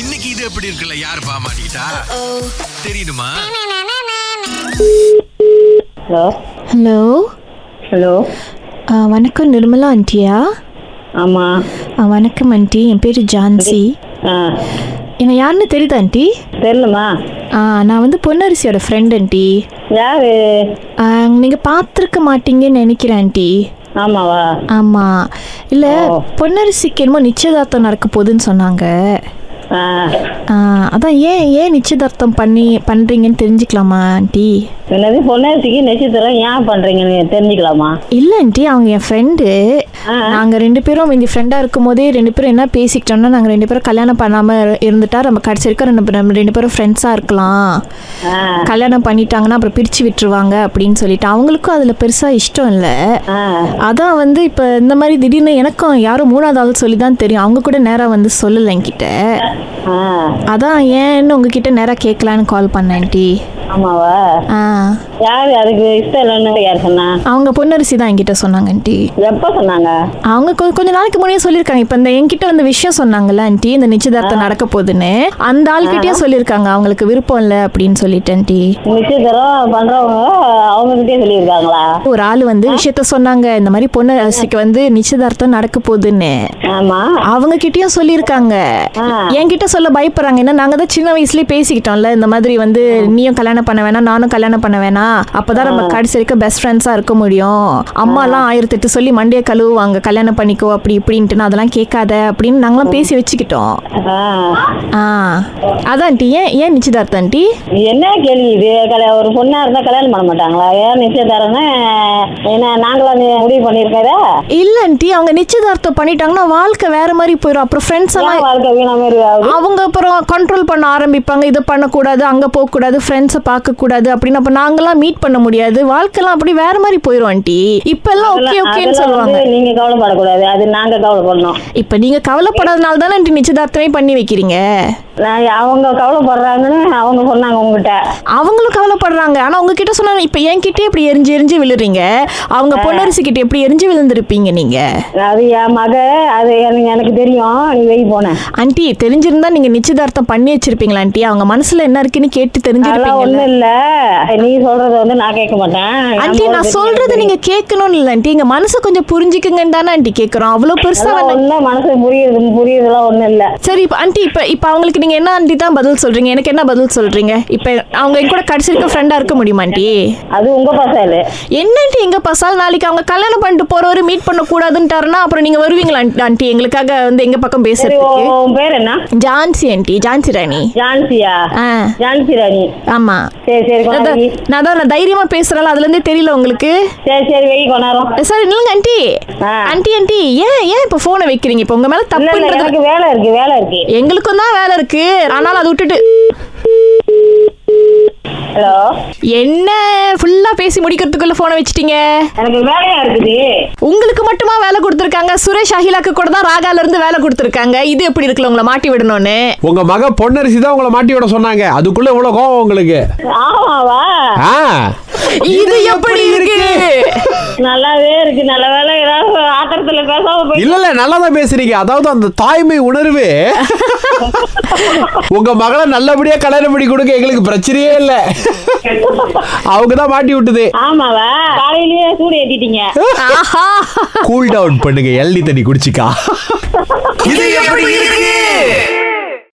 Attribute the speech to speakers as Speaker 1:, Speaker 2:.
Speaker 1: இன்னைக்கு இது எப்படி இருக்குல்ல யார் பாமாட்டா தெரியுமா
Speaker 2: ஹலோ
Speaker 3: ஹலோ
Speaker 2: ஹலோ
Speaker 3: ஆ, வணக்கம் நிர்மலா ஆண்டியா
Speaker 2: ஆமாம்
Speaker 3: ஆ, வணக்கம் ஆண்டி என் பேர் ஜான்சி
Speaker 2: ஆ
Speaker 3: என்ன யாருன்னு தெரியுதா ஆண்டி
Speaker 2: தெரிலம்மா
Speaker 3: ஆ, நான் வந்து பொன்னரசியோட ஃப்ரெண்ட் ஆண்டி
Speaker 2: யாரு
Speaker 3: நீங்கள் பார்த்துருக்க மாட்டீங்கன்னு நினைக்கிறேன் ஆண்டி
Speaker 2: ஆமாவா
Speaker 3: ஆமாம் இல்லை
Speaker 2: ஓ.
Speaker 3: பொன்னரசிக்கு என்னமோ நிச்சயதார்த்தம் நடக்க போகுதுன்னு சொன்னாங்க
Speaker 2: ஆ
Speaker 3: ஆ, அதான் ஏன் ஏன் நிச்சயதார்த்தம் பண்ணி பண்ணுறீங்கன்னு தெரிஞ்சுக்கலாமா ஆண்டி
Speaker 2: என்னது பொன்னரசிக்கு நெச்சத்திரம் ஏன் பண்ணுறீங்கன்னு தெரிஞ்சுக்கலாமா
Speaker 3: இல்லை ஆண்டி அவங்க என் ஃப்ரெண்டு
Speaker 2: ஆ.
Speaker 3: நாங்கள் ரெண்டு பேரும் இந்த ஃப்ரெண்டாக இருக்கும் போதே ரெண்டு பேரும் என்ன பேசிக்கிட்டோம்னா நாங்கள் ரெண்டு பேரும் கல்யாணம் பண்ணாமல் இருந்துட்டா நம்ம கடைசி வரைக்கும் ரெண்டு நம்ம ரெண்டு பேரும் ஃப்ரெண்ட்ஸாக இருக்கலாம்
Speaker 2: ஆ
Speaker 3: கல்யாணம் பண்ணிட்டாங்கன்னா அப்புறம் பிரித்து விட்டுருவாங்க அப்படின்னு சொல்லிட்டு அவங்களுக்கும் அதில் பெருசாக இஷ்டம் இல்லை
Speaker 2: ஆ
Speaker 3: அதான் வந்து இப்போ இந்த மாதிரி திடீர்னு எனக்கும் யாரும் மூணாவது ஆள் சொல்லி தான் தெரியும் அவங்க கூட நேராக வந்து சொல்லலை என்கிட்ட
Speaker 2: ஆ
Speaker 3: அதான் ஏன்னு உங்ககிட்ட நேராக கேட்கலான்னு கால் பண்ணேன் ஆண்டி
Speaker 2: ஆமாவா
Speaker 3: ஆ
Speaker 2: யார் யாருக்கு இஷ்டம் இல்லைன்னு யார் சொன்னா
Speaker 3: அவங்க பொன்னரிசி தான் என்கிட்ட சொன்னாங்க ஆண்டி
Speaker 2: எப்போ சொன்னாங்க
Speaker 3: அவங்க கொ- கொஞ்ச நாளைக்கு முன்னாடியே சொல்லியிருக்காங்க இப்போ இந்த என்கிட்ட வந்து விஷயம் சொன்னாங்கல்ல ஆண்டி இந்த நிச்சயதார்த்தம் நடக்க போகுதுன்னு அந்த ஆள்கிட்டயே சொல்லியிருக்காங்க அவங்களுக்கு விருப்பம் இல்லை அப்படின்னு சொல்லிட்டு ஆண்டி
Speaker 2: நெச்சத்திரம் பண்ணுறவங்க அவங்கக்கிட்டே சொல்லியிருக்காங்களா
Speaker 3: ஒரு ஆள் வந்து விஷயத்த சொன்னாங்க இந்த மாதிரி பொண்ணு ரசிக்கு வந்து நிச்சயதார்த்தம் நடக்க போகுதுன்னு
Speaker 2: ஆமாம்
Speaker 3: அவங்க கிட்டயும் சொல்லியிருக்காங்க
Speaker 2: ஆ.
Speaker 3: என்கிட்ட சொல்ல பயப்படுறாங்க ஏன்னா நாங்க தான் சின்ன வயசுலயே பேசிக்கிட்டோம்ல இந்த மாதிரி வந்து நீயும் கல்யாணம் பண்ண வேணாம் நானும் கல்யாணம் பண்ண வேணாம் அப்பதான் நம்ம கடைசி வரைக்கும் பெஸ்ட் ஃப்ரெண்ட்ஸா இருக்க முடியும் அம்மா எல்லாம் ஆயிரத்தி எட்டு சொல்லி மண்டையை கழுவுவாங்க கல்யாணம் பண்ணிக்கோ அப்படி இப்படின்ட்டு அதெல்லாம் கேட்காத அப்படின்னு நாங்களாம் பேசி வச்சுக்கிட்டோம்
Speaker 2: ஆ
Speaker 3: ஆ அதான் ஆண்டி ஏன் ஏன் நிச்சயதார்த்தம் ஆண்டி
Speaker 2: என்ன கேள்வி இது கல ஒரு பொண்ணா இருந்தா கல்யாணம் பண்ண மாட்டாங்களா ஏன் நிச்சயதாரன்னு என்ன நாங்களா நீ முடிவு பண்ணியிருக்கதா
Speaker 3: இல்ல ஆண்டி அவங்க நிச்சயதார்த்தம் பண்ணிட்டாங்கன்னா வாழ்க்கை வேற மாதிரி போயிடும் அப்புறம் ஃப்ரெண்ட்ஸ் எல்லாம்
Speaker 2: ஏன் வாழ்க்கை வீணா மாதிரி ஆகுது
Speaker 3: அவங்க அப்புறம் கண்ட்ரோல் பண்ண ஆரம்பிப்பாங்க இதை பண்ணக்கூடாது அங்கே போகக்கூடாது ஃப்ரெண்ட்ஸை பார்க்கக்கூடாது அப்படின்னு அப்போ நாங்களாம் மீட் பண்ண முடியாது வாழ்க்கைலாம் அப்படி வேற மாதிரி போயிடும் ஆண்டி இப்பெல்லாம் ஓகே
Speaker 2: அதெல்லாம்
Speaker 3: ஓகேன்னு
Speaker 2: அதெல்லாம்
Speaker 3: சொல்லுவாங்க
Speaker 2: வந்து நீங்க கவலைப்படக்கூடாது அது நாங்க கவலைப்படணும்
Speaker 3: இப்போ நீங்கள் கவலைப்படாதனால தானே ஆண்டி நிச்சயதார்த்தமே பண்ணி வைக்கிறீங்க
Speaker 2: நான் அவங்க கவலைப்படுறாங்கன்னு அவங்க சொன்னாங்க உங்ககிட்ட
Speaker 3: அவங்களும் கவலைப்படுறாங்க ஆனால் உங்ககிட்ட சொன்னா இப்போ என்கிட்டயே இப்படி எரிஞ்சு எரிஞ்சு விழுறீங்க அவங்க பொன்னரசி கிட்ட எப்படி எரிஞ்சு விழுந்திருப்பீங்க நீங்கள்
Speaker 2: அது என் மக அது எனக்கு எனக்கு தெரியும் நீ வெய் போன
Speaker 3: ஆண்டி தெரிஞ்சிருந்தா நீங்க நிச்சயதார்த்தம் பண்ணி வச்சிருப்பீங்களா ஆண்டி அவங்க மனசுல என்ன இருக்குன்னு கேட்டு
Speaker 2: அதெல்லாம்
Speaker 3: தெரிஞ்சிருப்பீங்களா
Speaker 2: ஒண்ணும் இல்ல நீ சொல்றத வந்து நான் கேட்க மாட்டேன்
Speaker 3: ஆண்டி
Speaker 2: நம்ம
Speaker 3: நான்
Speaker 2: தெரியும்.
Speaker 3: சொல்றது நீங்க கேட்கணும்னு இல்லை ஆண்டி எங்க மனசு கொஞ்சம் புரிஞ்சுக்குங்கன்னு தானே ஆண்டி கேட்குறோம் அவ்வளோ பெருசா
Speaker 2: அதெல்லாம்
Speaker 3: வேணாம்
Speaker 2: ஒண்ணும் மனசு புரியுது புரியுதுலாம் ஒண்ணும் இல்ல
Speaker 3: சரி இப்போ ஆண்டி இப்போ இப்போ அவங்களுக்கு நீங்க என்ன ஆண்டி தான் பதில் சொல்றீங்க எனக்கு என்ன பதில் சொல்றீங்க இப்போ அவங்க என் கூட கடைசி வரைக்கும் ஃப்ரெண்டா இருக்க முடியுமா ஆண்டி
Speaker 2: அது உங்க பசாலு
Speaker 3: என்ன ஆண்டி எங்க பசால் நாளைக்கு அவங்க கல்யாணம் பண்ணிட்டு போறவரு மீட் பண்ண கூடாதுன்ட்டாருன்னா அப்புறம் நீங்க வருவீங்களா ஆண்டி- ஆண்டி எங்களுக்காக வந்து எங்க பக்கம்
Speaker 2: சரி
Speaker 3: பேசுறதுக்கு
Speaker 2: உன் உன் பேர் என்ன
Speaker 3: ஜான்சி ஆண்டி ஜான்சி ராணி
Speaker 2: ஜான்சியா
Speaker 3: ஆ
Speaker 2: ஜான்சி ராணி
Speaker 3: ஆமா
Speaker 2: சரி சரி
Speaker 3: அதான்,
Speaker 2: கொண்டாடி
Speaker 3: நான் அதான் நான் தைரியமா பேசுறேன் அதுல இருந்தே தெரியல உங்களுக்கு
Speaker 2: சரி சரி வெயி கொண்டாரம்
Speaker 3: சார் இல்லைங்க ஆண்டி
Speaker 2: ஆ.
Speaker 3: ஆண்டி ஆண்டி ஏன் ஏன் இப்போ ஃபோனை வைக்கிறீங்க இப்போ உங்க மேல
Speaker 2: இல்ல இல்ல
Speaker 3: தப்புன்றது
Speaker 2: எனக்கு வேலை இருக்கு வேலை இருக்கு
Speaker 3: எங்களுக்கும் தான் வேலை இருக்கு ஆனாலும் அதை விட்டுட்டு
Speaker 2: ஹலோ
Speaker 3: என்ன ஃபுல்லா பேசி முடிக்கிறதுக்குள்ள ஃபோனை வச்சிட்டீங்க
Speaker 2: எனக்கு வேலையா இருக்குது
Speaker 3: உங்களுக்கு மட்டுமா வேலை கொடுத்துருக்காங்க சுரேஷ் அகிலாக்கு கூட தான் ராகால இருந்து வேலை கொடுத்துருக்காங்க இது எப்படி இருக்குல்ல உங்களை மாட்டி விடணும்னு
Speaker 4: உங்க மக பொன்னரசி தான் உங்களை மாட்டி விட சொன்னாங்க அதுக்குள்ள இவ்வளவு கோவம் உங்களுக்கு
Speaker 2: ஆமாவா
Speaker 4: ஆ
Speaker 3: இது எப்படி இருக்கு
Speaker 2: நல்லாவே இருக்கு நல்ல வேலை ஏதாவது ஆத்திரத்துல பேசாம போய்
Speaker 4: இல்ல இல்ல நல்லாதான் பேசுறீங்க அதாவது அந்த தாய்மை உணர்வு உங்க மகளை நல்லபடியா கல்யாணம் பண்ணி கொடுக்க எங்களுக்கு பிரச்சனையே இல்ல அவங்க தான் மாட்டி விட்டுது
Speaker 2: ஆமாவா காலையிலயே சூடு ஏத்திட்டீங்க
Speaker 3: ஆஹா
Speaker 4: கூல் டவுன் பண்ணுங்க எல்டி தண்ணி குடிச்சிக்கா
Speaker 1: இது எப்படி இருக்கு